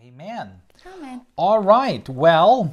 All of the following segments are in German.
Amen. Amen. All right. Well,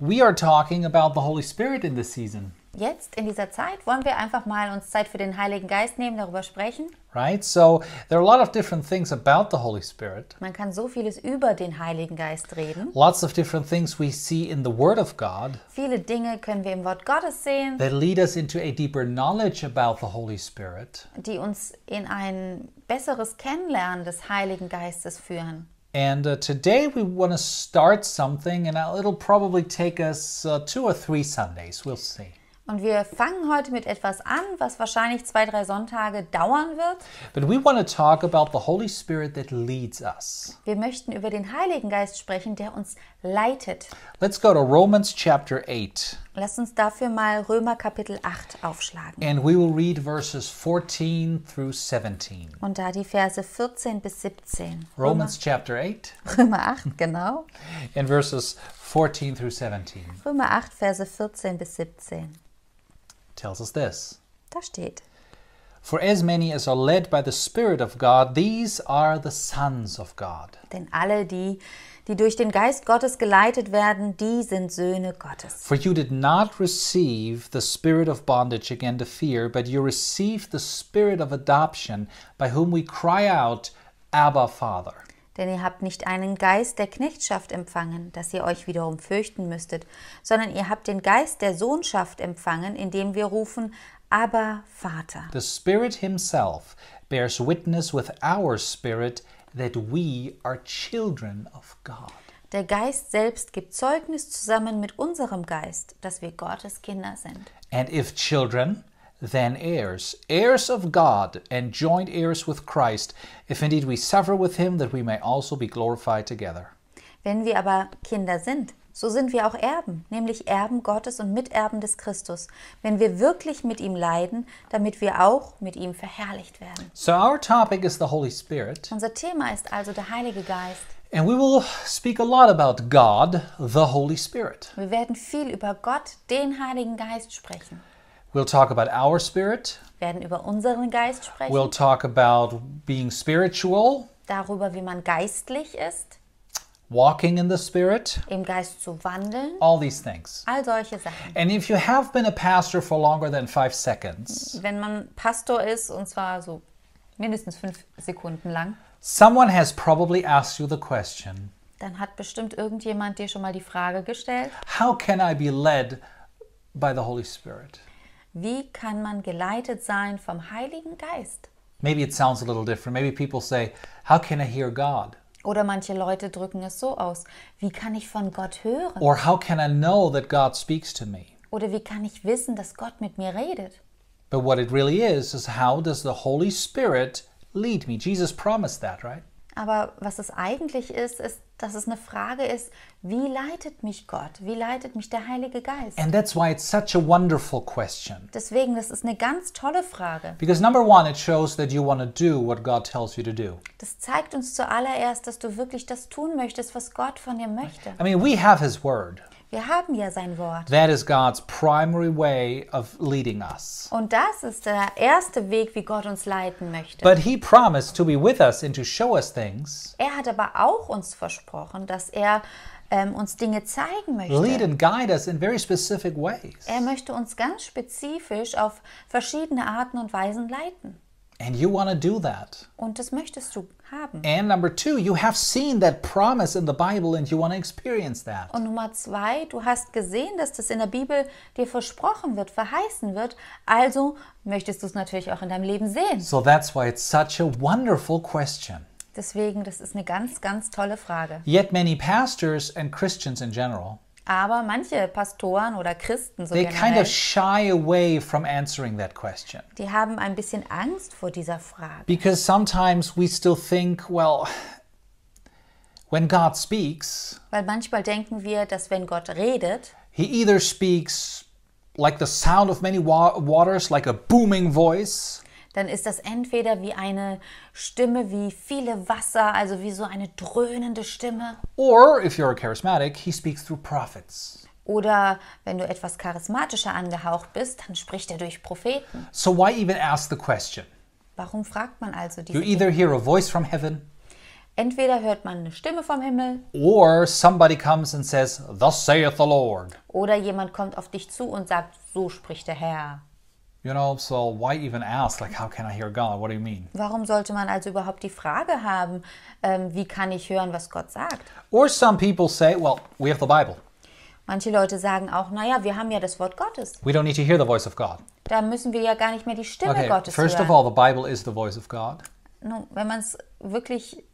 we are talking about the Holy Spirit in this season, Jetzt in dieser Zeit wollen wir einfach mal uns Zeit für den Heiligen Geist nehmen, darüber sprechen. right? So there are a lot of different things about the Holy Spirit. Man kann so vieles über den Heiligen Geist reden. Lots of different things we see in the Word of God Viele Dinge können wir im Wort Gottes sehen, that lead us into a deeper knowledge about the Holy Spirit. die uns in ein besseres Kennenlernen des Heiligen Geistes führen. And uh, today we want to start something, and uh, it'll probably take us uh, two or three Sundays. We'll see. Und wir fangen heute mit etwas an, was wahrscheinlich zwei, drei Sonntage dauern wird. But we want to talk about the Holy Spirit that leads us. Wir möchten über den Heiligen Geist sprechen, der uns leitet. Let's go to Romans chapter 8, Lasst uns dafür mal Römer Kapitel 8 aufschlagen and we will read verses 14 through 17. und da die Verse 14 bis 17. Romans chapter 8 Römer 8, genau. and verses 14 through 17 Römer 8, Verse 14 bis 17. tells us this Da steht, For as many as are led by the Spirit of God, these are the sons of God. denn alle die, die durch den Geist Gottes geleitet werden, die sind Söhne Gottes. For you did not receive the spirit of bondage again to fear, but you received the spirit of adoption, by whom we cry out, Abba, Father. Denn ihr habt nicht einen Geist der Knechtschaft empfangen, dass ihr euch wiederum fürchten müsstet, sondern ihr habt den Geist der Sohnschaft empfangen, indem wir rufen, aber Vater. The Spirit Himself bears witness with our spirit that we are children of God. Der Geist selbst gibt Zeugnis zusammen mit unserem Geist, dass wir Gottes Kinder sind. And if children, then heirs, heirs of God, and joint heirs with Christ, if indeed we suffer with Him, that we may also be glorified together. Wenn wir aber Kinder sind, so sind wir auch Erben, nämlich Erben Gottes und Miterben des Christus, wenn wir wirklich mit ihm leiden, damit wir auch mit ihm verherrlicht werden. So, our topic is the Holy Spirit. Unser Thema ist also der Heilige Geist. And we will speak a lot about God, the Holy Spirit. Wir werden viel über Gott, den Heiligen Geist sprechen. We'll talk about our spirit. werden über unseren Geist sprechen, We'll talk about being spiritual, darüber, wie man geistlich ist, walking in the spirit, im Geist zu wandeln, all these things. all solche Sachen. And if you have been a pastor for longer than five seconds, Wenn man Pastor ist, und zwar so mindestens fünf Sekunden lang, someone has probably asked you the question dann hat bestimmt irgendjemand dir schon mal die Frage gestellt, How can I be led by the Holy Spirit? wie kann man geleitet sein vom Heiligen Geist? Maybe it sounds a little different. Maybe people say, How can I hear God? Oder manche Leute drücken es so aus, wie kann ich von Gott hören? Or how can I know that God speaks to me? Oder wie kann ich wissen, dass Gott mit mir redet? But what it really is, is how does the Holy Spirit lead me? Jesus promised that, right? Aber was es eigentlich ist, ist, dass es eine Frage ist, wie leitet mich Gott? Wie leitet mich der Heilige Geist? And that's why it's such a wonderful question. Deswegen, das ist eine ganz tolle Frage. Because number one, it shows that you want to do what God tells you to do. Das zeigt uns zuallererst, dass du wirklich das tun möchtest, was Gott von dir möchte. I mean, we have His Word. Wir haben ja sein Wort. That is God's primary way of leading us. Und das ist der erste Weg, wie Gott uns leiten möchte. But He promised to be with us and to show us things, Er hat aber auch uns versprochen, dass er ähm, uns Dinge zeigen lead möchte. and guide us in very specific ways. Er möchte uns ganz spezifisch auf verschiedene Arten und Weisen leiten. And you want to do that. Und das möchtest du haben. And number two, you have seen that promise in the Bible and you want to experience that. Und Nummer zwei, du hast gesehen, dass das in der Bibel dir versprochen wird, verheißen wird. Also möchtest du es natürlich auch in deinem Leben sehen. So that's why it's such a wonderful question. Deswegen, das ist eine ganz, ganz tolle Frage. Yet many pastors and Christians in general, Aber manche Pastoren oder Christen so they kind generell, of shy away from answering that question die haben ein bisschen Angst vor dieser Frage. because sometimes we still think, well, when God speaks, Weil manchmal denken wir, dass wenn Gott redet, he either speaks like the sound of many wa- waters, like a booming voice, dann ist das entweder wie eine Stimme, wie viele Wasser, also wie so eine dröhnende Stimme. or if you're charismatic, he speaks through prophets. Oder wenn du etwas charismatischer angehaucht bist, dann spricht er durch Propheten. So why even ask the question? Warum fragt man also You diese either hear a voice from heaven, Entweder hört man eine Stimme vom Himmel Or somebody comes and says, Thus saith the Lord. oder jemand kommt auf dich zu und sagt, so spricht der Herr. You know, so why even ask? Like, how can I hear God? What do you mean? Warum sollte man also überhaupt die Frage haben, ähm, wie kann ich hören, was Gott sagt? Or some people say, Well, we have the Bible. Manche Leute sagen auch, naja, wir haben ja das Wort Gottes. We don't need to hear the voice of God. Da müssen wir ja gar nicht mehr die Stimme Okay, Gottes first hören. of all, the Bible is the voice of God. Nun, wenn man es wirklich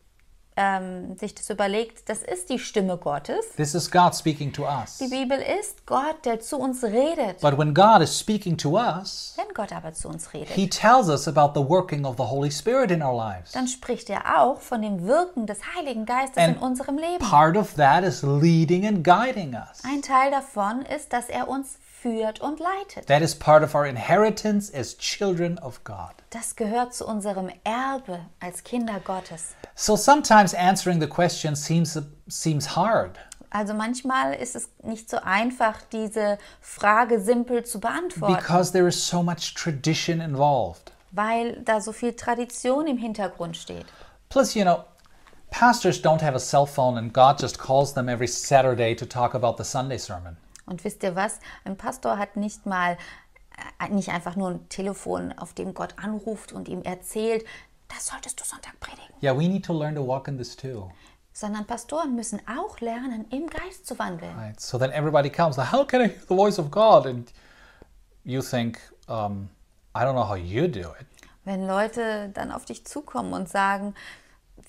ähm, sich das überlegt, das ist die Stimme Gottes. This is God speaking to us. Die Bibel ist Gott, der zu uns redet. But when God is speaking to us, Wenn Gott aber zu uns redet, He tells us about the working of the Holy Spirit in our lives. dann spricht er auch von dem Wirken des Heiligen Geistes And in unserem Leben. Part of that is leading and guiding us. Ein Teil davon ist, dass er uns führt und leitet. That is part of our inheritance as children of God. Das gehört zu unserem Erbe als Kinder Gottes. So sometimes answering the question seems seems hard. Also manchmal ist es nicht so einfach, diese Frage simpel zu beantworten, Because there is so much tradition involved. weil da so viel Tradition im Hintergrund steht. Plus, you know, pastors don't have a cell phone and God just calls them every Saturday to talk about the Sunday sermon. Und wisst ihr was? Ein Pastor hat nicht mal, äh, nicht einfach nur ein Telefon, auf dem Gott anruft und ihm erzählt, das solltest du Sonntag predigen. Yeah, we need to learn to walk in this too. Sondern Pastoren müssen auch lernen, im Geist zu wandeln. Right. So then everybody comes, like, how can I hear the voice of God? And you think, um, I don't know how you do it. Wenn Leute dann auf dich zukommen und sagen,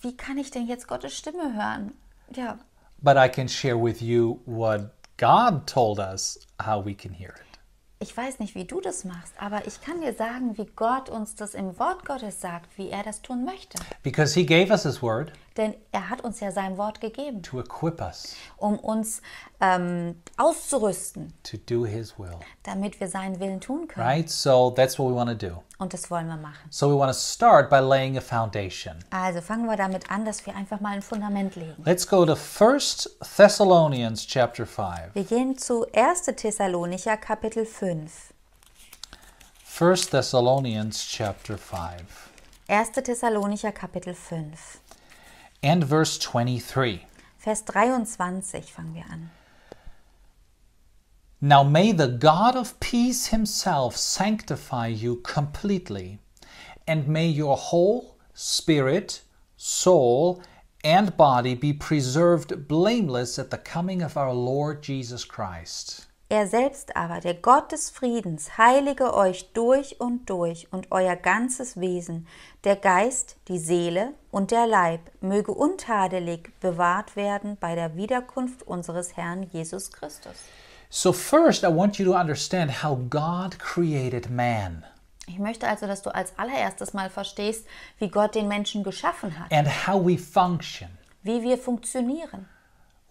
wie kann ich denn jetzt Gottes Stimme hören? Ja, But I can share with you what God told us how we can hear it. ich weiß nicht, wie du das machst, aber ich kann dir sagen, wie Gott uns das im Wort Gottes sagt, wie er das tun möchte. Because He gave us His Word Denn er hat uns ja sein Wort gegeben, to equip us um uns ähm, auszurüsten, to do His will. damit wir seinen Willen tun können. Right? So that's what we want to do. Und das wollen wir machen. So we want to start by laying a foundation. Also fangen wir damit an, dass wir einfach mal ein Fundament legen. Let's go to 1 Thessalonians chapter 5. Wir gehen zu 1. Thessalonicher Kapitel 5. 1 Thessalonians chapter 5 1. Thessalonicher Kapitel 5. and verse 23. Vers 23 fangen wir an. Now may the God of peace himself sanctify you completely, and may your whole spirit, soul, and body be preserved blameless at the coming of our Lord Jesus Christ. Er selbst aber, der Gott des Friedens, heilige euch durch und durch und euer ganzes Wesen, der Geist, die Seele und der Leib, möge untadelig bewahrt werden bei der Wiederkunft unseres Herrn Jesus Christus. So, first, I want you to understand how God created man Ich möchte also, dass du als allererstes mal verstehst, wie Gott den Menschen geschaffen hat, and how we function. wie wir funktionieren.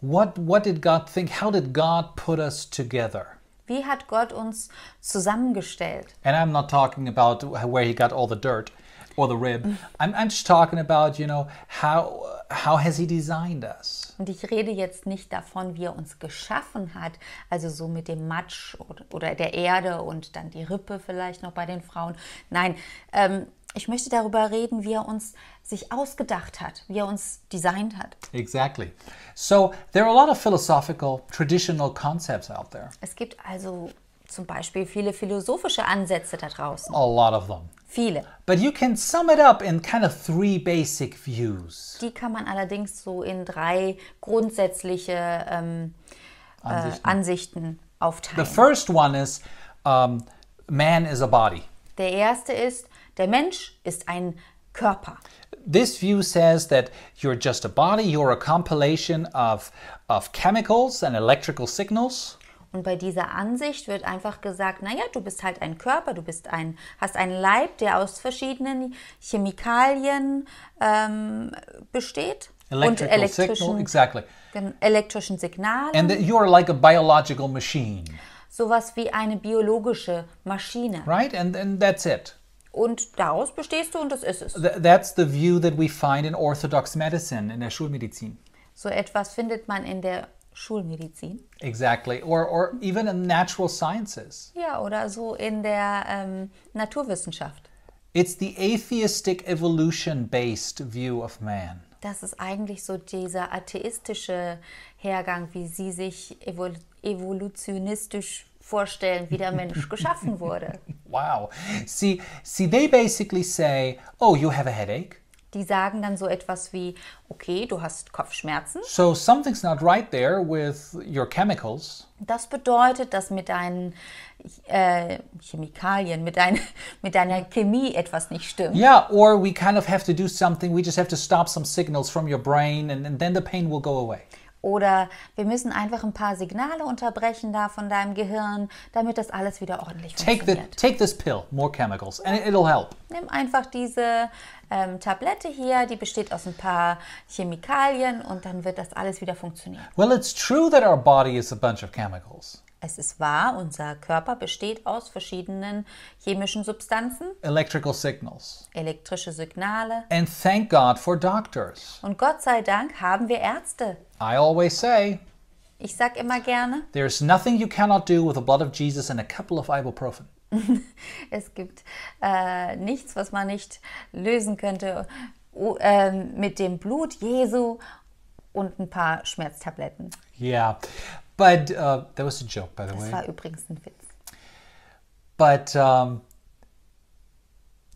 What, what did God think? How did God put us together? Wie hat Gott uns zusammengestellt? And I'm not talking about where he got all the dirt or the rib. I'm, I'm just talking about, you know, how how has he designed us? Und ich rede jetzt nicht davon, wie er uns geschaffen hat, also so mit dem Matsch oder, oder der Erde und dann die Rippe vielleicht noch bei den Frauen. Nein, ähm, ich möchte darüber reden, wie er uns sich ausgedacht hat, wie er uns designt hat. Exactly. So there are a lot of philosophical, traditional concepts out there. Es gibt also zum Beispiel viele philosophische Ansätze da draußen. A lot of them. Viele. But you can sum it up in kind of three basic views. Die kann man allerdings so in drei grundsätzliche ähm, Ansichten. Äh, Ansichten The aufteilen. first one is um, man is a body. Der erste ist, der Mensch ist ein Körper. This view says that you're just a body, you're a compilation of, of chemicals and electrical signals. Und bei dieser Ansicht wird einfach gesagt, naja, du bist halt ein Körper, du bist ein, hast einen Leib, der aus verschiedenen Chemikalien ähm, besteht und Electrical elektrischen, signal, exactly. gen- elektrischen Signalen, And that you're like a biological machine, sowas wie eine biologische Maschine. right? And, and that's it. Und daraus bestehst du und das ist es. Th- that's the view that we find in Orthodox medicine, in der Schulmedizin. So etwas findet man in der Schulmedizin. Exactly. Or, or even in natural sciences. Ja, oder so in der ähm, Naturwissenschaft. It's the atheistic evolution based view of man. Das ist eigentlich so dieser atheistische Hergang, wie sie sich evol evolutionistisch vorstellen, wie der Mensch geschaffen wurde. Wow. See, see, they basically say, "Oh, you have a headache." Die sagen dann so etwas wie, okay, du hast Kopfschmerzen. So something's not right there with your chemicals. Das bedeutet, dass mit deinen äh, Chemikalien, mit, dein, mit deiner Chemie etwas nicht stimmt. Yeah, or we kind of have to do something. We just have to stop some signals from your brain, and, and then the pain will go away. Oder wir müssen einfach ein paar Signale unterbrechen da von deinem Gehirn, damit das alles wieder ordentlich Take the funktioniert. take this pill, more chemicals, and it, it'll help. Nimm einfach diese ähm, Tablette hier, die besteht aus ein paar Chemikalien und dann wird das alles wieder funktionieren. Well, it's true that our body is a bunch of chemicals. Es ist wahr, unser Körper besteht aus verschiedenen chemischen Substanzen, electrical signals. elektrische Signale. And thank God for doctors. Und Gott sei Dank haben wir Ärzte. I always say Ich sag immer gerne, there's nothing you cannot do with the blood of Jesus and a couple of ibuprofen. es gibt äh, nichts, was man nicht lösen könnte oh, ähm, mit dem Blut Jesu und ein paar Schmerztabletten. Yeah. But uh, that was a joke, by the Das way. war übrigens ein Witz. But um,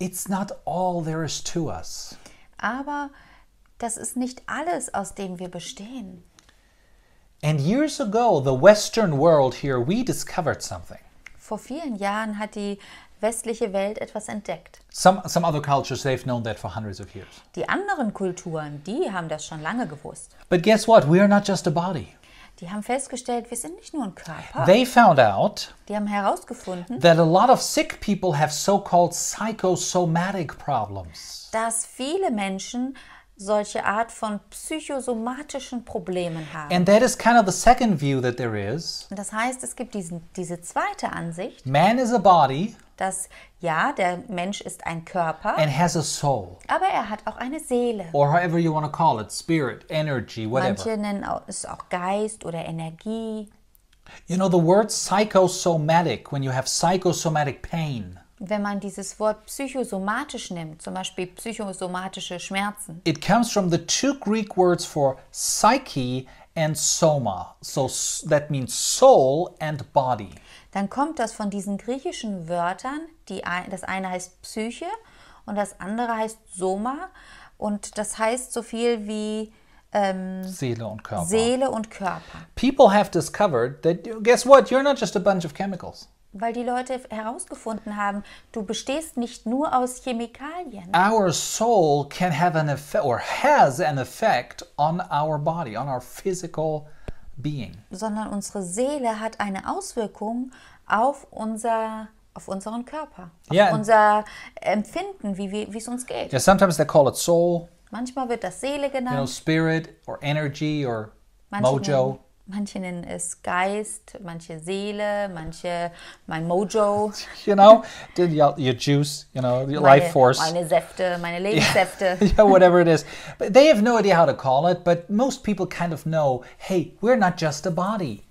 it's not all there is to us. Aber das ist nicht alles, aus dem wir bestehen. And years ago, the Western world here, we discovered something. Vor vielen Jahren hat die westliche Welt etwas entdeckt. Some, some other cultures, they've known that for hundreds of years. Die anderen Kulturen, die haben das schon lange gewusst. But guess what? We are not just a body. Die haben festgestellt, wir sind nicht nur ein Körper. They found out Die haben herausgefunden, that a lot of sick people have so called psychosomatic problems. dass viele Menschen solche Art von psychosomatischen Problemen haben. And that is kind of the second view that there is. Und Das heißt, es gibt diesen, diese zweite Ansicht, Man is a body dass ja, der Mensch ist ein Körper, and has a soul, aber er hat auch eine Seele. or however you want to call it spirit, energy, whatever. Manche nennen au- es auch Geist oder Energie. You know, the word psychosomatic, when you have psychosomatic pain, Wenn man dieses Wort psychosomatisch nimmt, zum Beispiel psychosomatische Schmerzen, it comes from the two Greek words for psyche and soma. So s- that means soul and body. dann kommt das von diesen griechischen Wörtern, die, ein- das eine heißt Psyche und das andere heißt Soma und das heißt so viel wie ähm, Seele und Körper. Seele und Körper, People have discovered that, guess what? You're not just a bunch of chemicals. weil die Leute herausgefunden haben, du bestehst nicht nur aus Chemikalien. our soul can have an effect or has an effect on our body, on our physical being. sondern unsere Seele hat eine Auswirkung auf unser auf unseren Körper, auf Ja. unser Empfinden, wie wir- wie es uns geht. Yeah, sometimes they call it soul, Manchmal wird das Seele you know, genannt, spirit or energy or manche, mojo. nennen, manche nennen es Geist, manche Seele, manche mein Mojo, You know, did your, your juice, you know, your life meine, force. meine Säfte, meine Lebenssäfte. yeah, whatever it is. But they have no idea how to call it, but most people kind of know, hey, we're not just a body.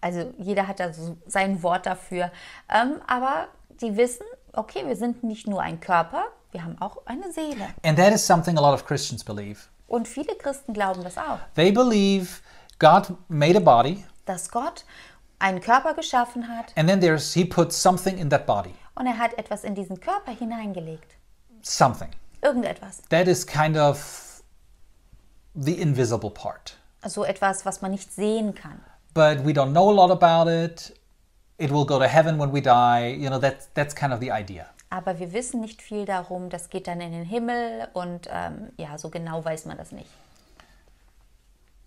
Also jeder hat da so sein Wort dafür. Ähm, aber die wissen, okay, wir sind nicht nur ein Körper, wir haben auch eine Seele. And that is something a lot of Christians believe. Und viele Christen glauben das auch. They believe God made a body, dass Gott einen Körper geschaffen hat and then there's he put something in that body. und er hat etwas in diesen Körper hineingelegt. Something. Irgendetwas. that is kind of the invisible part. So Also etwas, was man nicht sehen kann. But we don't know a lot about it. It will go to heaven when we die. You know, that's that's kind of the idea. Aber wir wissen nicht viel darum. Das geht dann in den Himmel und ähm, ja, so genau weiß man das nicht.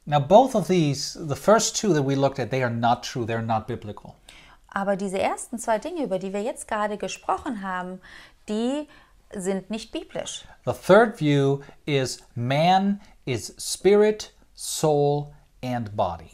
Now, both of these, the first two that we looked at, they are not true. They're not biblical. Aber diese ersten zwei Dinge, über die wir jetzt gerade gesprochen haben, die sind nicht biblisch. The third view is man is spirit, soul, and body.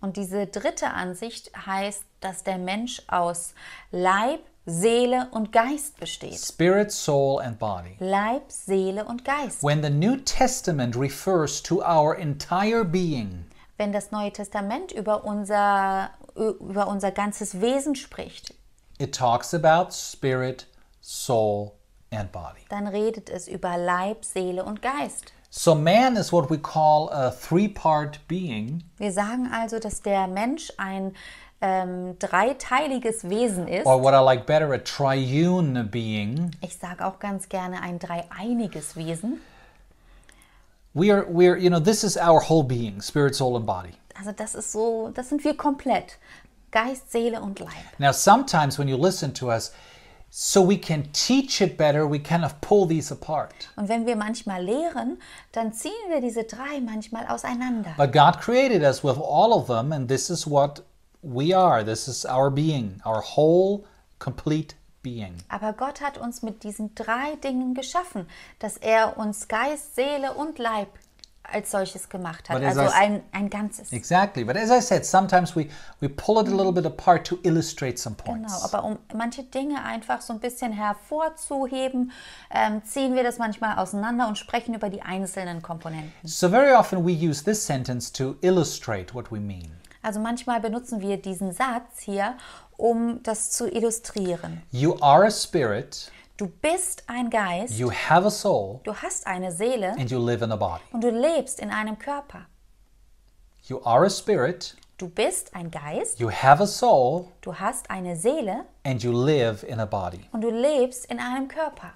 Und diese dritte Ansicht heißt, dass der Mensch aus Leib, Seele und Geist besteht. Spirit, soul, and body. Leib, Seele und Geist. When the New Testament refers to our entire being, wenn das Neue Testament über unser, über unser ganzes Wesen spricht, it talks about spirit, soul, and body. dann redet es über Leib, Seele und Geist. So man is what we call a three-part being Wir sagen also, dass der Mensch ein ähm, dreiteiliges Wesen ist. or what I like better a triune being. Ich sage auch ganz gerne ein dreieiniges Wesen. We are we're you know this is our whole being, spirit, soul and body. Also das ist so, das sind wir komplett. Geist, Seele und Leib. Now, sometimes when you listen to us, so we can teach it better, we kind of pull these apart. Und wenn wir manchmal lehren, dann ziehen wir diese drei manchmal auseinander. But God created us with all of them, and this is what we are. This is our being, our whole, complete being. Aber Gott hat uns mit diesen drei Dingen geschaffen, dass er uns Geist, Seele und Leib als solches gemacht hat. Weil er Also sagt- ein, ein Ganzes. Exactly. But as I said, sometimes we, we pull it a little bit apart to illustrate some points. Genau, aber um manche Dinge einfach so ein bisschen hervorzuheben, ähm, ziehen wir das manchmal auseinander und sprechen über die einzelnen Komponenten. So, very often we use this sentence to illustrate what we mean. Also manchmal benutzen wir diesen Satz hier, um das zu illustrieren. You are a spirit, Du bist ein Geist, you have a soul, du hast eine Seele and you live in a body. und du lebst in einem Körper. You are a spirit, Du bist ein Geist, you have a soul, du hast eine Seele and you live in a body. und du lebst in einem Körper.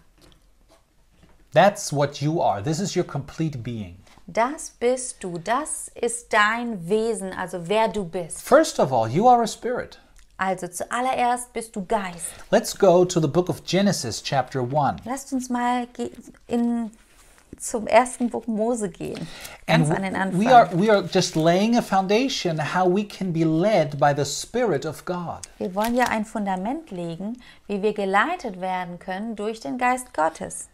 That's what you are. This is your complete being. Das bist du, das ist dein Wesen, also wer du bist. First of all, you are a spirit. Also zuallererst bist du Geist. Let's go to the book of Genesis, chapter 1. Lasst uns mal ge- in, zum ersten Buch Mose gehen. Ganz an den w- Anfang. we are, we are just laying a foundation how we can be led by the Spirit of God. wir wollen ja ein Fundament legen, wie wir geleitet werden können durch den Geist Gottes.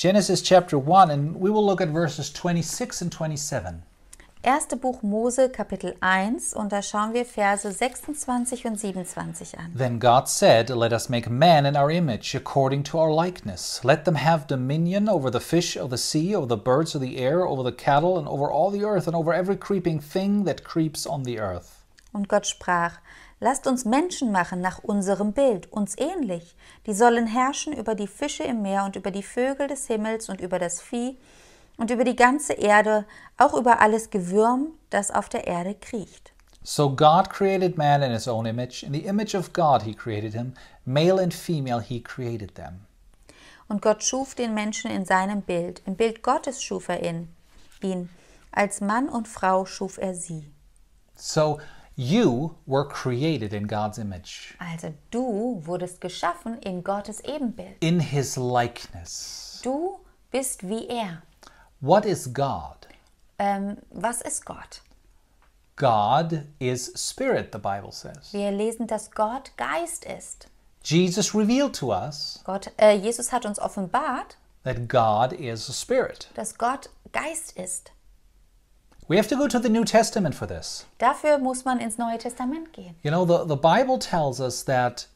Genesis chapter 1, and we will look at verses 26 and 27. Erste Buch Mose, Kapitel 1, und da schauen wir Verse 26 und 27 an. Then God said, Let us make man in our image, according to our likeness. Let them have dominion over the fish of the sea, over the birds of the air, over the cattle, and over all the earth, and over every creeping thing that creeps on the earth. Und Gott sprach, Lasst uns Menschen machen nach unserem Bild, uns ähnlich. Die sollen herrschen über die Fische im Meer und über die Vögel des Himmels und über das Vieh und über die ganze Erde, auch über alles Gewürm, das auf der Erde kriecht. So God created man in his own image. In the image of God he created him. Male and female he created them. Und Gott schuf den Menschen in seinem Bild. Im Bild Gottes schuf er ihn. ihn. Als Mann und Frau schuf er sie. So you were created in God's image, Also du wurdest geschaffen in Gottes Ebenbild. in his likeness. Du bist wie er. What is God? Ähm, was ist Gott? God is spirit, the Bible says. Wir lesen, dass Gott Geist ist. Jesus revealed to us Gott, äh, Jesus hat uns offenbart, that God is a spirit. dass Gott Geist ist. We have to go to the New Testament for this. Dafür muss man ins Neue Testament gehen. You know, the, the Bible tells us that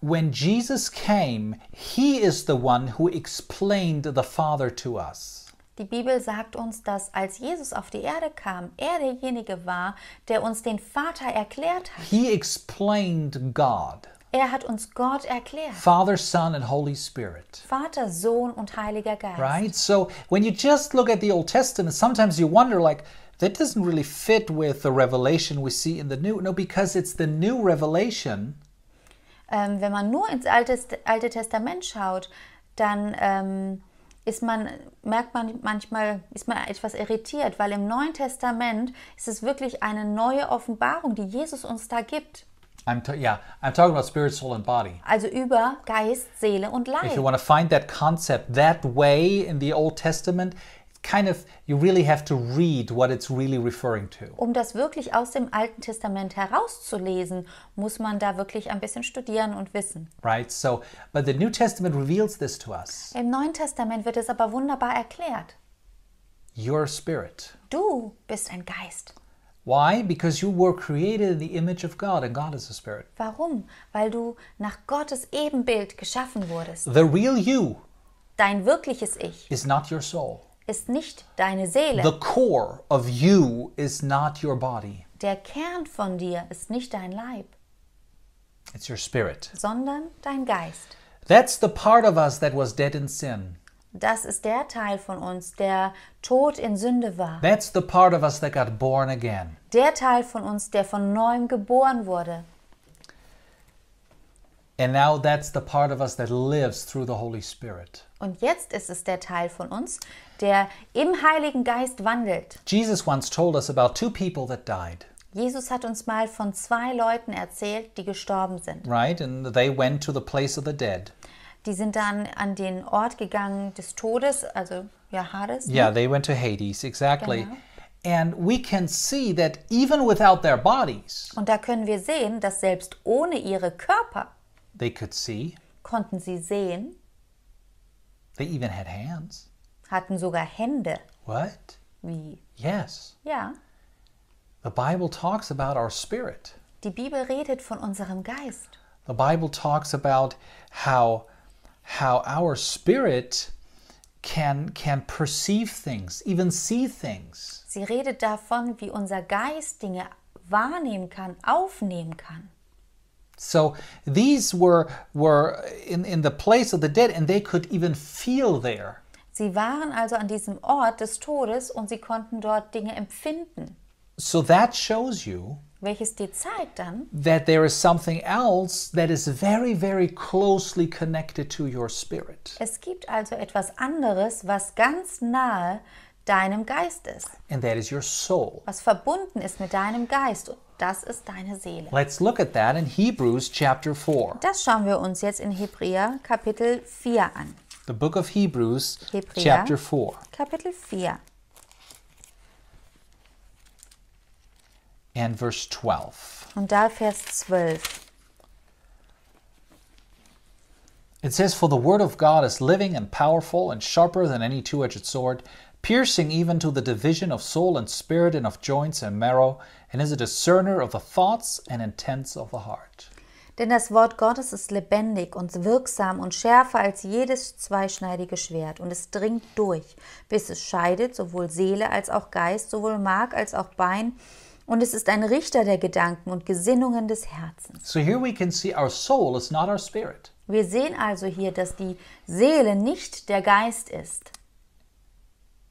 when Jesus came, he is the one who explained the Father to us. Die Bibel sagt uns, dass als Jesus auf die Erde kam, er derjenige war, der uns den Vater erklärt hat. He explained God, Er hat uns Gott erklärt. Father, Son, and Holy Spirit. Vater, Sohn und Heiliger Geist. Right? So when you just look at the Old Testament, sometimes you wonder, like, that doesn't really fit with the revelation we see in the New. No, because it's the new revelation Ähm, wenn man nur ins Alte, Alte Testament schaut, dann ähm, ist man, merkt man manchmal, ist man etwas irritiert, weil im Neuen Testament ist es wirklich eine neue Offenbarung, die Jesus uns da gibt. I'm ta- yeah, I'm talking about spirit, soul, and body. Also über Geist, Seele und If you Leib. want to find that concept that way in the Old Testament, it's kind of you really have to read what it's really referring to. Um das wirklich aus dem Alten Testament herauszulesen, muss man da wirklich ein bisschen studieren und wissen. Right? So, but the New Testament reveals this to us. Im Neuen Testament wird es aber wunderbar erklärt. Your spirit. Du bist ein Geist. Why? Because you were created in the image of God and God is a spirit. Warum? Weil du nach Gottes Ebenbild geschaffen wurdest. The real you Dein wirkliches Ich is not your soul. ist nicht deine The Seele. core of you is not your body. Der Kern von dir ist nicht dein Leib, It's your spirit. sondern dein Geist. That's the part of us that was dead in sin. Das ist der Teil von uns, der tot in Sünde war. That's the part of us that got born again. Der Teil von uns, der von neuem geboren wurde. And now that's the part of us that lives through the Holy Spirit. Und jetzt ist es der Teil von uns, der im Heiligen Geist wandelt. Jesus once told us about two people that died, Jesus hat uns mal von zwei Leuten erzählt, die gestorben sind. right? And they went to the place of the dead. Die sind dann an den Ort gegangen des Todes, also ja, Hades. ne? Yeah, they went to Hades, exactly. Genau. And we can see that even without their bodies, Und da können wir sehen, dass selbst ohne ihre Körper they could see. konnten sie sehen, They even had hands. hatten sogar Hände. What? Wie? Yes. Ja, The Bible talks about our spirit. die Bibel redet von unserem Geist. The Bible talks about how how our spirit can can perceive things, even see things. Sie redet davon, wie unser Geist Dinge wahrnehmen kann, aufnehmen kann. So these were were in, in the place of the dead and they could even feel there. Sie waren also an diesem Ort des Todes und sie konnten dort Dinge empfinden, So that shows you welches dir zeigt dann, that there is something else that is very, very closely connected to your spirit. es gibt also etwas anderes, was ganz nahe deinem Geist ist, And that is your soul. was verbunden ist mit deinem Geist und das ist deine Seele. Let's look at that in Hebrews chapter 4. Das schauen wir uns jetzt in Hebräer Kapitel 4 an. The book of Hebrews, Hebräer. chapter 4. Kapitel 4 and verse 12. und da Vers 12. It says, For the word of God is living and powerful and sharper than any two edged sword, piercing even to the division of soul and spirit and of joints and marrow, and is a discerner of the thoughts and intents of the heart. Denn das Wort Gottes ist lebendig und wirksam und schärfer als jedes zweischneidige Schwert und es dringt durch, bis es scheidet sowohl Seele als auch Geist, sowohl Mark als auch Bein und es ist ein Richter der Gedanken und Gesinnungen des Herzens. So here we can see our soul is not our spirit. Wir sehen also hier, dass die Seele nicht der Geist ist.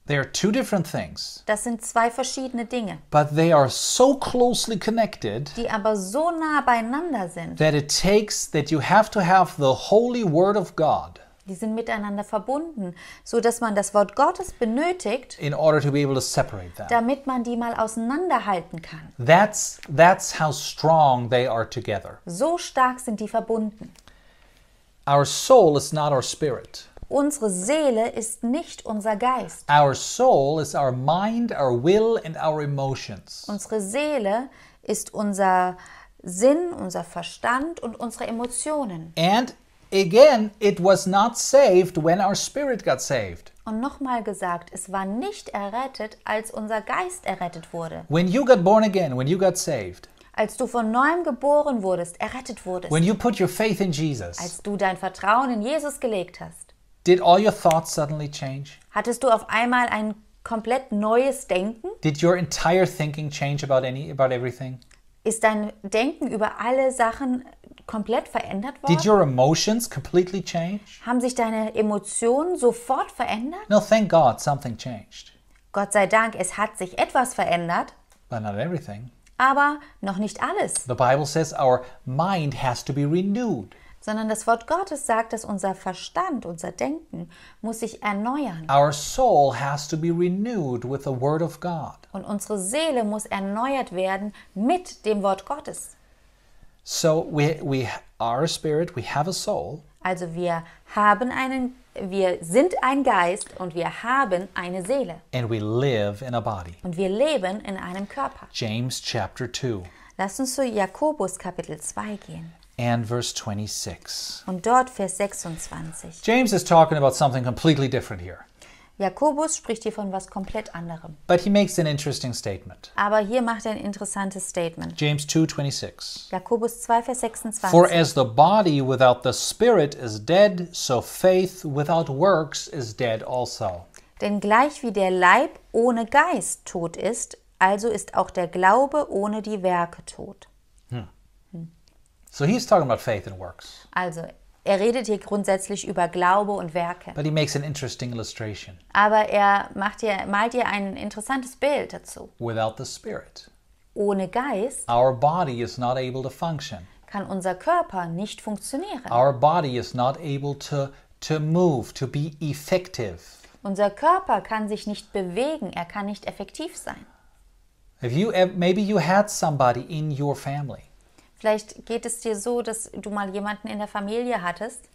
They are two different things, Das sind zwei verschiedene Dinge, but they are so closely connected die aber so nah beieinander sind. that it takes that you have to have the holy word of God Die sind miteinander verbunden, so dass man das Wort Gottes benötigt, in order to be able to separate them. damit man die mal auseinanderhalten kann. That's that's how strong they are together. So stark sind die verbunden. Our soul is not our spirit. Unsere Seele ist nicht unser Geist. Our soul is our mind, our will, and our emotions. Unsere Seele ist unser Sinn, unser Verstand und unsere Emotionen. And again, it was not saved when our spirit got saved. Und nochmal gesagt, es war nicht errettet, als unser Geist errettet wurde. When you got born again, when you got saved, Als du von neuem geboren wurdest, errettet wurdest. when you put your faith in Jesus, Als du dein Vertrauen in Jesus gelegt hast, did all your thoughts suddenly change? hattest du auf einmal ein komplett neues Denken? Did your entire thinking change about any about everything? Ist dein Denken über alle Sachen komplett verändert worden? Did your emotions completely change? Haben sich deine Emotionen sofort verändert? No, thank God something changed, Gott sei Dank, es hat sich etwas verändert, but not everything. aber noch nicht alles. The Bible says our mind has to be renewed. Sondern das Wort Gottes sagt, dass unser Verstand, unser Denken muss sich erneuern. Our soul has to be renewed with the Word of God. Und unsere Seele muss erneuert werden mit dem Wort Gottes. So we, we are a spirit, we have a soul, Also wir haben einen, wir sind ein Geist und wir haben eine Seele. and we live in a body. Und wir leben in einem Körper. James chapter 2 Lass uns zu Jakobus Kapitel 2 gehen. and verse 26. Und dort Vers 26. James is talking about something completely different here, Jakobus spricht hier von was komplett anderem. but he makes an interesting statement. Aber hier macht er ein interessantes Statement. James 2:26. Jakobus 2, Vers 26. For as the body without the spirit is dead, so faith without works is dead also. Denn gleich wie der Leib ohne Geist tot ist, also ist auch der Glaube ohne die Werke tot. So he's talking about faith and works. Also Er redet hier grundsätzlich über Glaube und Werke. but he makes an interesting illustration Aber er macht hier, malt hier ein interessantes Bild dazu. without the spirit. Ohne Geist Our body is not able to function. kann unser Körper nicht funktionieren. Our body is not able to, to move, to be effective. Unser Körper kann sich nicht bewegen, er kann nicht effektiv sein. If you ev- maybe you had somebody in your family, Vielleicht geht es dir so, dass du mal jemanden in der Familie hattest,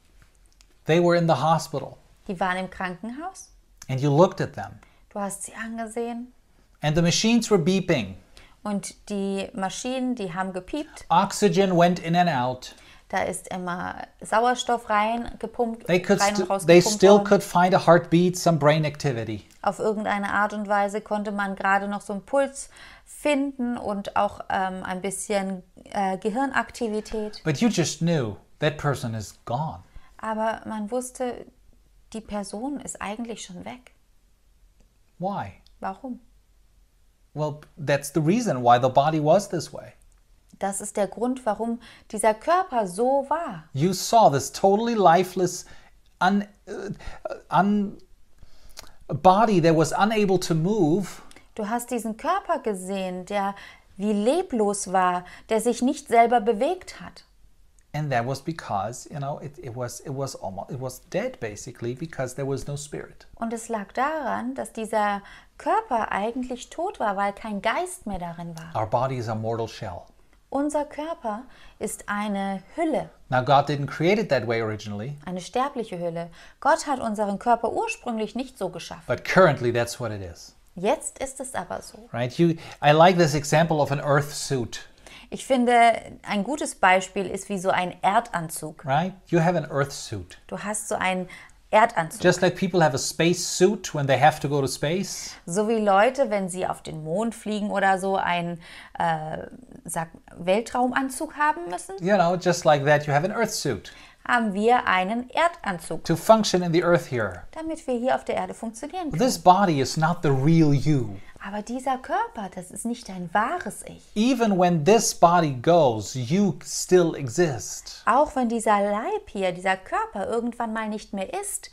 they were in the hospital, die waren im Krankenhaus, and you looked at them, du hast sie angesehen and the machines were beeping. und die Maschinen, die haben gepiept, Oxygen went in and out. da ist immer Sauerstoff reingepumpt, They could rein und st- raus they gepumpt still worden. could find a heartbeat, some brain activity. Auf irgendeine Art und Weise konnte man gerade noch so einen Puls finden und auch ähm, ein bisschen äh, Gehirnaktivität. But you just knew that person is gone. Aber man wusste, die Person ist eigentlich schon weg. Why? Warum? Well, that's the reason why the body was this way. Das ist der Grund, warum dieser Körper so war. you saw this totally lifeless un, uh, un body that was unable to move Du hast diesen Körper gesehen, der wie leblos war, der sich nicht selber bewegt hat. and that was because you know it, it was it was almost it was dead basically because there was no spirit Und es lag daran, dass dieser Körper eigentlich tot war, weil kein Geist mehr darin war. our body is a mortal shell Unser Körper ist eine Hülle, now god didn't create it that way originally eine sterbliche Hülle. Gott hat unseren Körper ursprünglich nicht so geschaffen. but currently that's what it is Jetzt ist es aber so. right you i like this example of an earth suit Ich finde, ein gutes Beispiel ist wie so ein Erdanzug. right you have an earth suit Du hast so einen Erdanzug. just like people have a space suit when they have to go to space So wie Leute, wenn sie auf den Mond fliegen oder so einen äh, sag, Weltraumanzug haben müssen, you know just like that you have an earth suit haben wir einen Erdanzug, to function in the earth here damit wir hier auf der Erde funktionieren können. This body is not the real you. Aber dieser Körper, das ist nicht dein wahres Ich. Even when this body goes, you still exist. Auch wenn dieser Leib hier, dieser Körper irgendwann mal nicht mehr ist,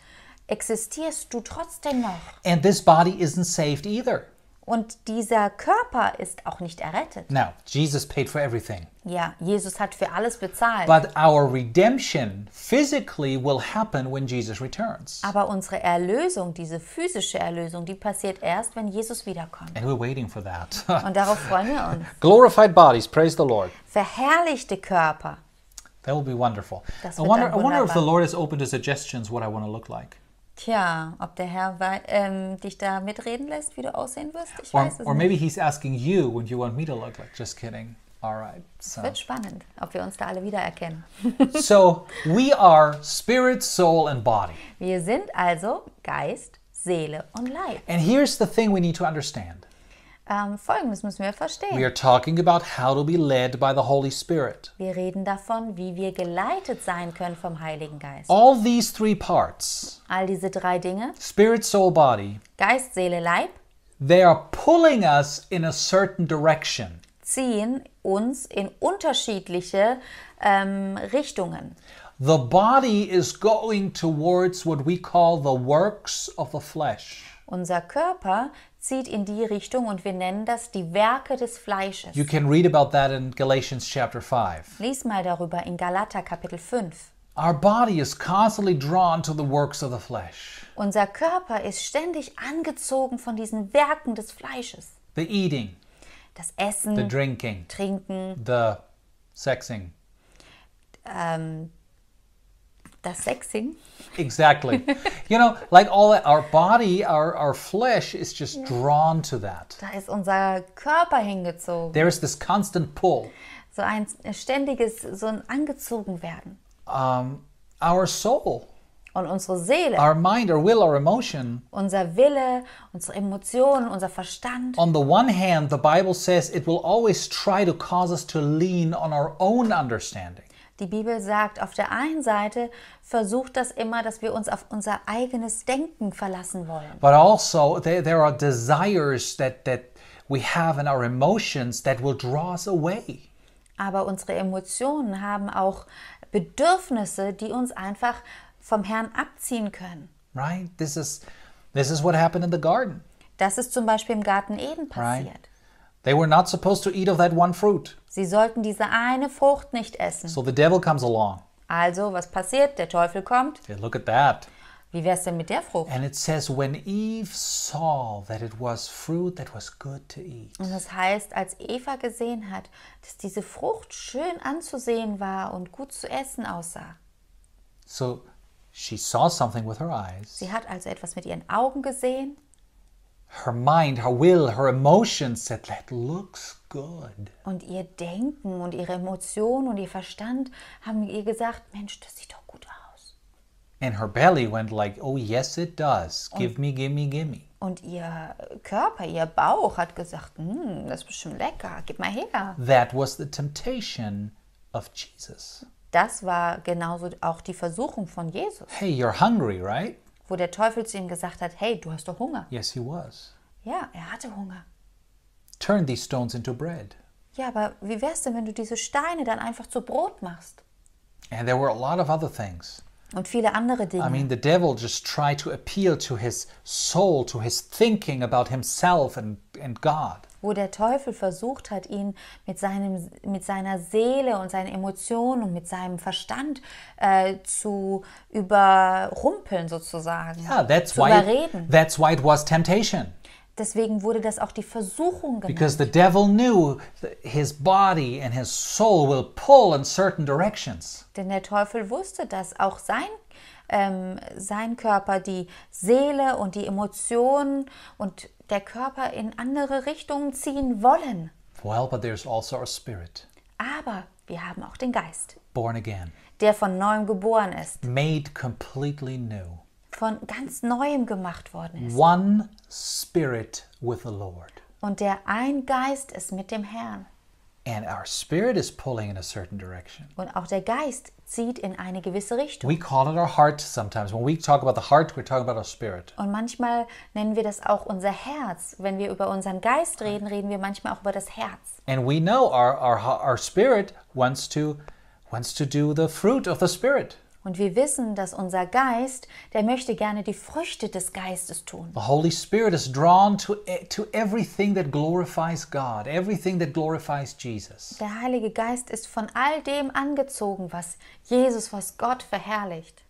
existierst du trotzdem noch. And this body isn't saved either. Und dieser Körper ist auch nicht errettet. Now, Jesus paid for everything. Ja, Jesus hat für alles bezahlt. But our redemption physically will happen when Jesus returns. Aber unsere Erlösung, diese physische Erlösung, die passiert erst, wenn Jesus wiederkommt. And we're waiting for that. Und darauf freuen wir uns. Glorified bodies, praise the Lord. Verherrlichte Körper. That will be wonderful. Das I wird wonder, dann I wonder if the wunderbar. Lord is open to suggestions what I want to look like. Tja, ob der Herr wei- ähm, dich da mitreden lässt, wie du aussehen wirst, ich Or, weiß es or nicht. maybe He's asking you what you want me to look like. Just kidding. All right. So. Wird spannend, ob wir uns da alle wiedererkennen. So we are spirit, soul, and body. Wir sind also Geist, Seele und Leib. And here's the thing we need to understand Ähm, Folgendes müssen wir we verstehen. are talking about how to be led by the Holy Spirit. Wir reden davon, wie wir geleitet sein können vom Heiligen Geist. All these three parts All diese drei Dinge, spirit, soul, body Geist, Seele, Leib, they are pulling us in a certain direction. ziehen uns in unterschiedliche ähm, Richtungen. The body is going towards what we call the works of the flesh. Unser Körper zieht in die Richtung und wir nennen das die Werke des Fleisches. You can read about that in Galatians chapter 5. Lies mal darüber in Galater Kapitel 5. Our body is constantly drawn to the works of the flesh Unser Körper ist ständig angezogen von diesen Werken des Fleisches. the eating, Das the Essen, drinking, Trinken, the sexing. ähm, das Sexing. Exactly. you know, like all that, our body, our, our flesh is just drawn to that. Da ist unser Körper hingezogen. There is this constant pull. So ein ständiges, so ein angezogen werden. Um, our soul, Und unsere Seele our mind, our will, our emotion. unser Wille, unsere Emotionen, unser Verstand. On the one hand, the Bible says it will always try to cause us to lean on our own understanding. Die Bibel sagt, auf der einen Seite versucht das immer, dass wir uns auf unser eigenes Denken verlassen wollen. But also, there, there are desires that, that we have in our emotions that will draw us away. Aber unsere Emotionen haben auch Bedürfnisse, die uns einfach vom Herrn abziehen können. right? This is this is what happened in the garden, Das ist zum Beispiel im Garten Eden right? passiert. They were not supposed to eat of that one fruit. Sie sollten diese eine Frucht nicht essen. So the devil comes along. Also, was passiert? Der Teufel kommt. Yeah, look at that. Wie wär's denn mit der Frucht? And it says when Eve saw that it was fruit that was good to eat. Und das heißt, als Eva gesehen hat, dass diese Frucht schön anzusehen war und gut zu essen aussah. So she saw something with her eyes. Sie hat also etwas mit ihren Augen gesehen. Her mind, her will, her emotions said that looks good. Und ihr Denken und ihre Emotionen und ihr Verstand haben ihr gesagt, Mensch, das sieht doch gut aus. And her belly went like, "Oh yes it does. Give me, give me, give me." Und ihr Körper, ihr Bauch hat gesagt, "Hm, das ist bestimmt lecker, gib mal her. That was the temptation of Jesus. Das war genauso auch die Versuchung von Jesus, Hey, you're hungry, right? wo der Teufel zu ihm gesagt hat, hey, du hast doch Hunger. Yes, he was. Ja, er hatte Hunger. Turn these stones into bread. Ja, aber wie wär's denn, wenn du diese Steine dann einfach zu Brot machst? And there were a lot of other things. Und viele andere Dinge. I mean, the devil just tried to appeal to his soul, to his thinking about himself and, and God. wo der Teufel versucht hat, ihn mit, seinem, mit seiner Seele und seinen Emotionen und mit seinem Verstand äh, zu überrumpeln sozusagen, Yeah, that's zu why überreden. it, that's why it was temptation. Deswegen wurde das auch die Versuchung genannt, Because the devil knew that his body and his soul will pull in certain directions. denn der Teufel wusste, dass auch sein, ähm, sein Körper, die Seele und die Emotionen und der Körper in andere Richtungen ziehen wollen. Well, but there's also our spirit, Aber wir haben auch den Geist, born again, der von neuem geboren ist, made completely new. von ganz neuem gemacht worden ist. One spirit with the Lord. und der ein Geist ist mit dem Herrn. And our spirit is pulling in a certain direction. Und auch der Geist zieht in eine gewisse Richtung. We call it our heart sometimes. When we talk about the heart, we're talking about our spirit. Und manchmal nennen wir das auch unser Herz. Wenn wir über unseren Geist reden, reden wir manchmal auch über das Herz. And we know our, our, our spirit wants to, wants to do the fruit of the spirit. Und wir wissen, dass unser Geist, der möchte gerne die Früchte des Geistes tun. The Holy Spirit is drawn to, e- to everything that glorifies God, everything that glorifies Jesus. Der Heilige Geist ist von all dem angezogen, was Jesus, was Gott verherrlicht.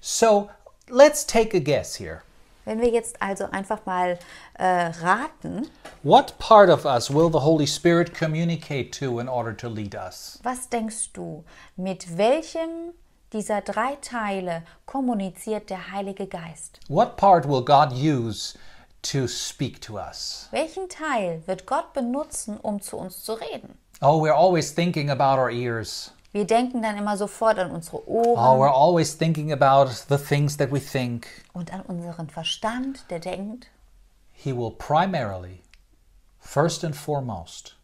So let's take a guess here. Wenn wir jetzt also einfach mal äh, raten, What part of us will the Holy Spirit communicate to in order to lead us? Was denkst du, mit welchem dieser drei Teile kommuniziert der Heilige Geist? What part will God use to speak to us? Welchen Teil wird Gott benutzen, um zu uns zu reden? Oh, we're always thinking about our ears. Wir denken dann immer sofort an unsere Oh, Ohren we're always thinking about the things that we think. und an unseren Verstand, der denkt, He will primarily, first and foremost,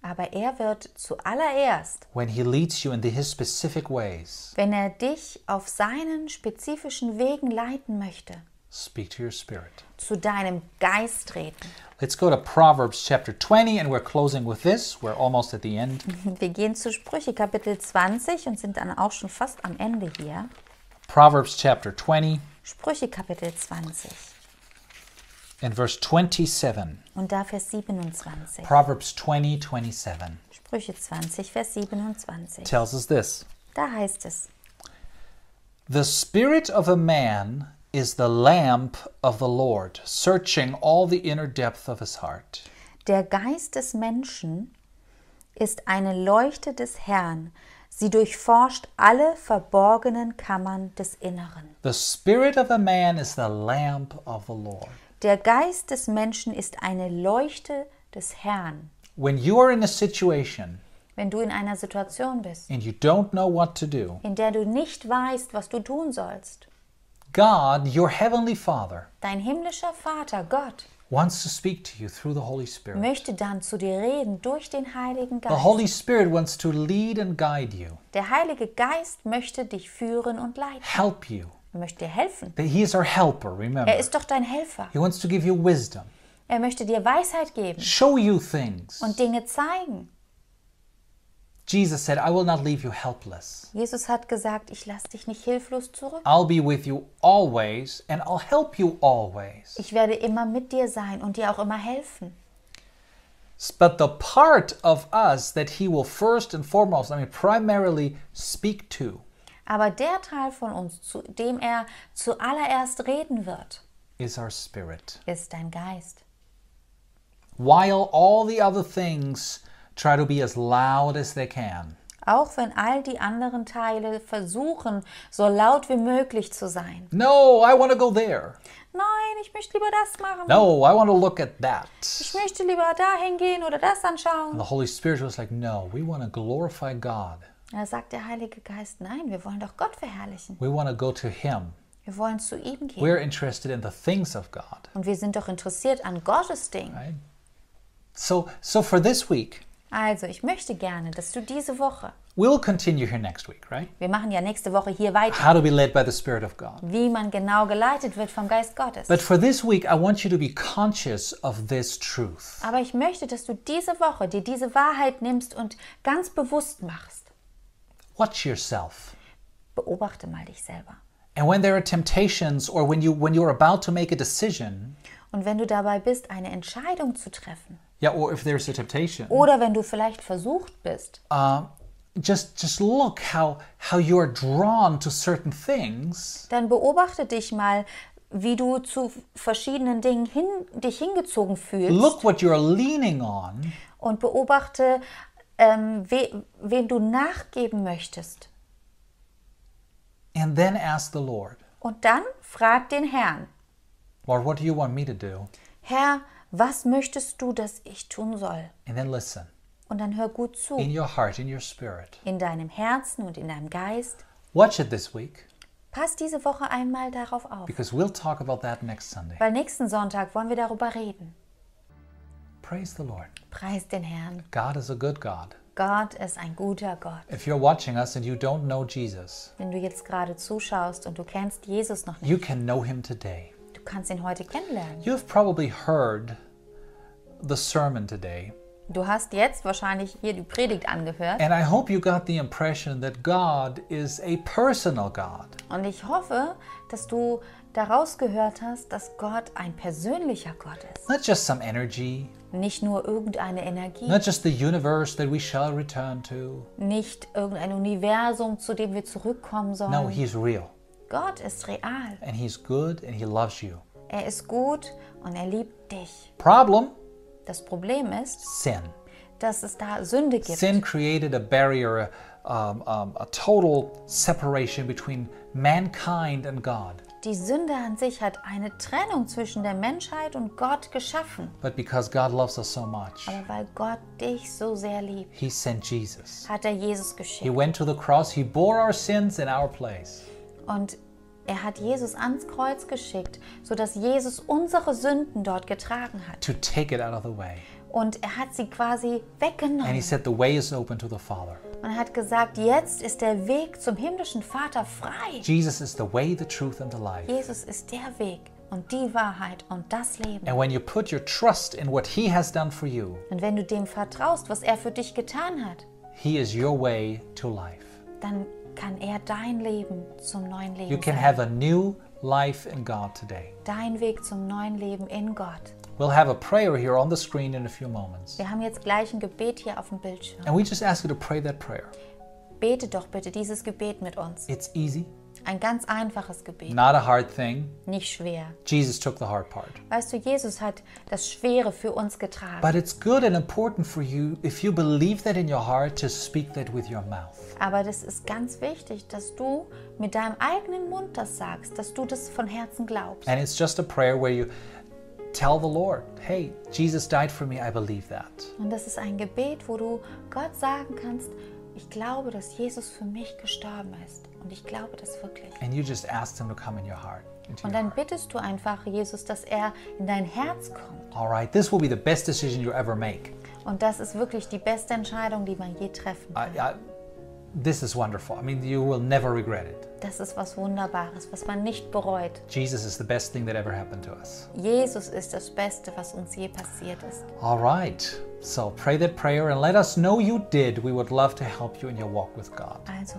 aber er wird zuallererst, when he leads you into his specific ways, wenn er dich auf seinen spezifischen Wegen leiten möchte, speak to your spirit. zu deinem Geist reden. Let's go to Proverbs chapter 20, and we're closing with this. We're almost at the end. Wir gehen zu Sprüche Kapitel 20 und sind dann auch schon fast am Ende hier. Proverbs chapter 20 Sprüche Kapitel 20. and verse 27. Und da Vers 27. Proverbs 20, 27 Sprüche 20, Vers 27. tells us this Da heißt es, The spirit of a man is the lamp of the Lord, searching all the inner depth of his heart. der Geist des Menschen ist eine Leuchte des Herrn. Sie durchforscht alle verborgenen Kammern des Inneren. The spirit of a man is the lamp of the Lord. Der Geist des Menschen ist eine Leuchte des Herrn. When you are in a situation Wenn du in einer Situation bist, and you don't know what to do, in der du nicht weißt, was du tun sollst, God, your heavenly Father, dein himmlischer Vater, Gott, wants to speak to you through the Holy Spirit. möchte dann zu dir reden durch den Heiligen The Geist. Holy Spirit wants to lead and guide you, Der Heilige Geist möchte dich führen und leiten. help you. Er möchte dir helfen. But He is our helper, Er remember. ist doch dein Helfer. He wants to give you wisdom, Er möchte dir Weisheit geben show you things, und Dinge zeigen. Jesus said, I will not leave you helpless. Jesus hat gesagt, ich lasse dich nicht hilflos zurück. I'll be with you always and I'll help you always. Ich werde immer mit dir sein und dir auch immer helfen. But the part of us that he will first and foremost, I mean, primarily speak to Aber der Teil von uns, zu dem er zuallererst reden wird, is our spirit. ist dein Geist. While all the other things try to be as loud as they can, Auch wenn all die anderen Teile versuchen, so laut wie möglich zu sein. no, I want to go there. Nein, ich möchte lieber das machen. No, I want to look at that. Ich möchte lieber dahin gehen oder das anschauen. And the Holy Spirit was like, no, we want to glorify God. Da sagt der Heilige Geist, nein, wir wollen doch Gott verherrlichen. We want to go to Him. Wir wollen zu ihm gehen. We're interested in the things of God. Und wir sind doch interessiert an Gottes Ding. Right? So, so for this week, Also, ich möchte gerne, dass du diese Woche, we'll continue here next week, right? wir machen ja nächste Woche hier weiter, How to be led by the Spirit of God. wie man genau geleitet wird vom Geist Gottes. But for this week, I want you to be conscious of this truth. Aber ich möchte, dass du diese Woche dir diese Wahrheit nimmst und ganz bewusst machst. Watch yourself. Beobachte mal dich selber. And when there are temptations or when you when you're about to make a decision, Und wenn du dabei bist, eine Entscheidung zu treffen, yeah, or if there's a temptation, oder wenn du vielleicht versucht bist, uh, just just look how how you are drawn to certain things dann beobachte dich mal, wie du zu verschiedenen Dingen hin, dich hingezogen fühlst look what you're leaning on und beobachte, ähm, we, wem du nachgeben möchtest. and then ask the lord Und dann frag den Herrn, lord what do you want me to do Herr, was möchtest du, dass ich tun soll? and then listen Und dann hör gut zu. in your heart in your spirit in deinem Herzen und in deinem Geist. watch it this week Pass diese Woche einmal darauf auf, because we'll talk about that next sunday weil nächsten Sonntag wollen wir darüber reden. praise the lord Preis den Herrn. god is a good god Gott ist ein guter Gott. if you're watching us and you don't know jesus Wenn du jetzt gerade zuschaust und du kennst Jesus noch nicht, you can know him today du kannst ihn heute kennenlernen. you've probably heard the sermon today Du hast jetzt wahrscheinlich hier die Predigt angehört And I hope you got the impression that God is a personal God. und ich hoffe, dass du daraus gehört hast, dass Gott ein persönlicher Gott ist. Not just some energy, Nicht nur irgendeine Energie, not just the universe that we shall return to. nicht irgendein Universum, zu dem wir zurückkommen No, sollen. He's real Gott ist real. and He's good and He loves you. Er ist gut und er liebt dich. Problem Das Problem ist, sin. dass es da Sünde gibt. Sin created a barrier, a, um, um, a total separation between mankind and God. Die Sünde an sich hat eine Trennung zwischen der Menschheit und Gott geschaffen. But because God loves us so much, Aber weil Gott dich so sehr liebt, He sent Jesus. hat er Jesus He geschickt. went to the cross, He bore our sins in our place. Und er hat Jesus ans Kreuz geschickt, sodass Jesus unsere Sünden dort getragen hat. To take it out of the way. Und er hat sie quasi And he weggenommen. said, The way is open to the Father. Und er hat gesagt, jetzt ist der Weg zum himmlischen Vater frei. Jesus is the way, the truth, and the life. Jesus ist der Weg und die Wahrheit und das Leben. And when you put your trust in what He has done for you, Und wenn du dem vertraust, was er für dich getan hat, He is your way to life. dann kann er dein Leben zum neuen You Leben can sein. have a new life in God today. Dein Weg zum neuen Leben in Gott. We'll have a prayer here on the screen in a few moments. Wir haben jetzt gleich ein Gebet hier auf dem Bildschirm. And we just ask you to pray that prayer. Bete doch bitte dieses Gebet mit uns. It's easy, Ein ganz einfaches Gebet, not a hard thing. nicht schwer. Jesus took the hard part. Weißt du, Jesus hat das Schwere für uns getragen. But it's good and important for you, if you believe that in your heart, to speak that with your mouth. Aber das ist ganz wichtig, dass du mit deinem eigenen Mund das sagst, dass du das von Herzen glaubst. And it's just a prayer where you tell the Lord, hey, Jesus died for me, I believe that. Und das ist ein Gebet, wo du Gott sagen kannst, ich glaube, dass Jesus für mich gestorben ist. Und ich glaube das wirklich. And you just ask Him to come in your heart. into Und your dann heart. bittest du einfach Jesus, dass er in dein Herz kommt. All right, this will be the best decision you ever make. Und das ist wirklich die beste Entscheidung, die man je treffen I, kann. I, this is wonderful. I mean, you will never regret it. Das ist was Wunderbares, was man nicht bereut. Jesus is the best thing that ever happened to us. Jesus ist das Beste, was uns je passiert ist. All right. So pray that prayer and let us know you did. We would love to help you in your walk with God. Also,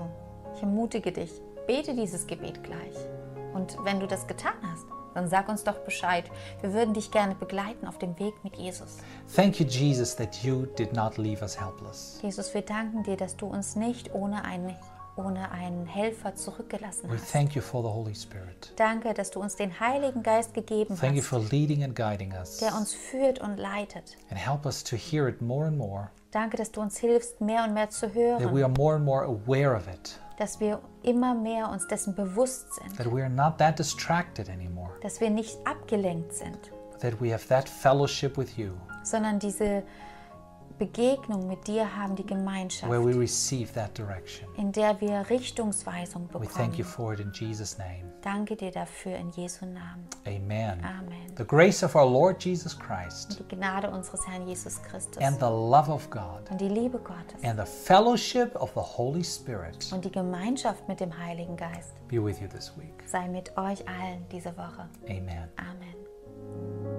ich ermutige dich, bete dieses Gebet gleich. Und wenn du das getan hast, dann sag uns doch Bescheid. Wir würden dich gerne begleiten auf dem Weg mit Jesus. Thank you, Jesus, that you did not leave us helpless. Jesus, wir danken dir, dass du uns nicht ohne einen, ohne einen Helfer zurückgelassen We hast. thank you for the Holy Spirit. Danke, dass du uns den Heiligen Geist gegeben Thank you hast, for leading and guiding us. der uns führt und leitet. And help us to hear it more and more, Danke, dass du uns hilfst, mehr und mehr zu that we hören, are more and more aware of it, dass wir immer mehr uns dessen bewusst sind, that we are not that distracted anymore, dass wir nicht abgelenkt sind, that we have that fellowship with you sondern diese Begegnung mit dir haben, die Gemeinschaft, where we receive that direction. in der wir Richtungsweisung We thank you bekommen. for it in Jesus' name. Danke dir dafür in Jesu Namen. Amen. Amen. The grace of our Lord Jesus Christ Die Gnade unseres Herrn Jesus Christus and the love of God und die Liebe Gottes and the fellowship of the Holy Spirit und die Gemeinschaft mit dem Heiligen Geist be with you this week. sei mit euch allen diese Woche. Amen. Amen.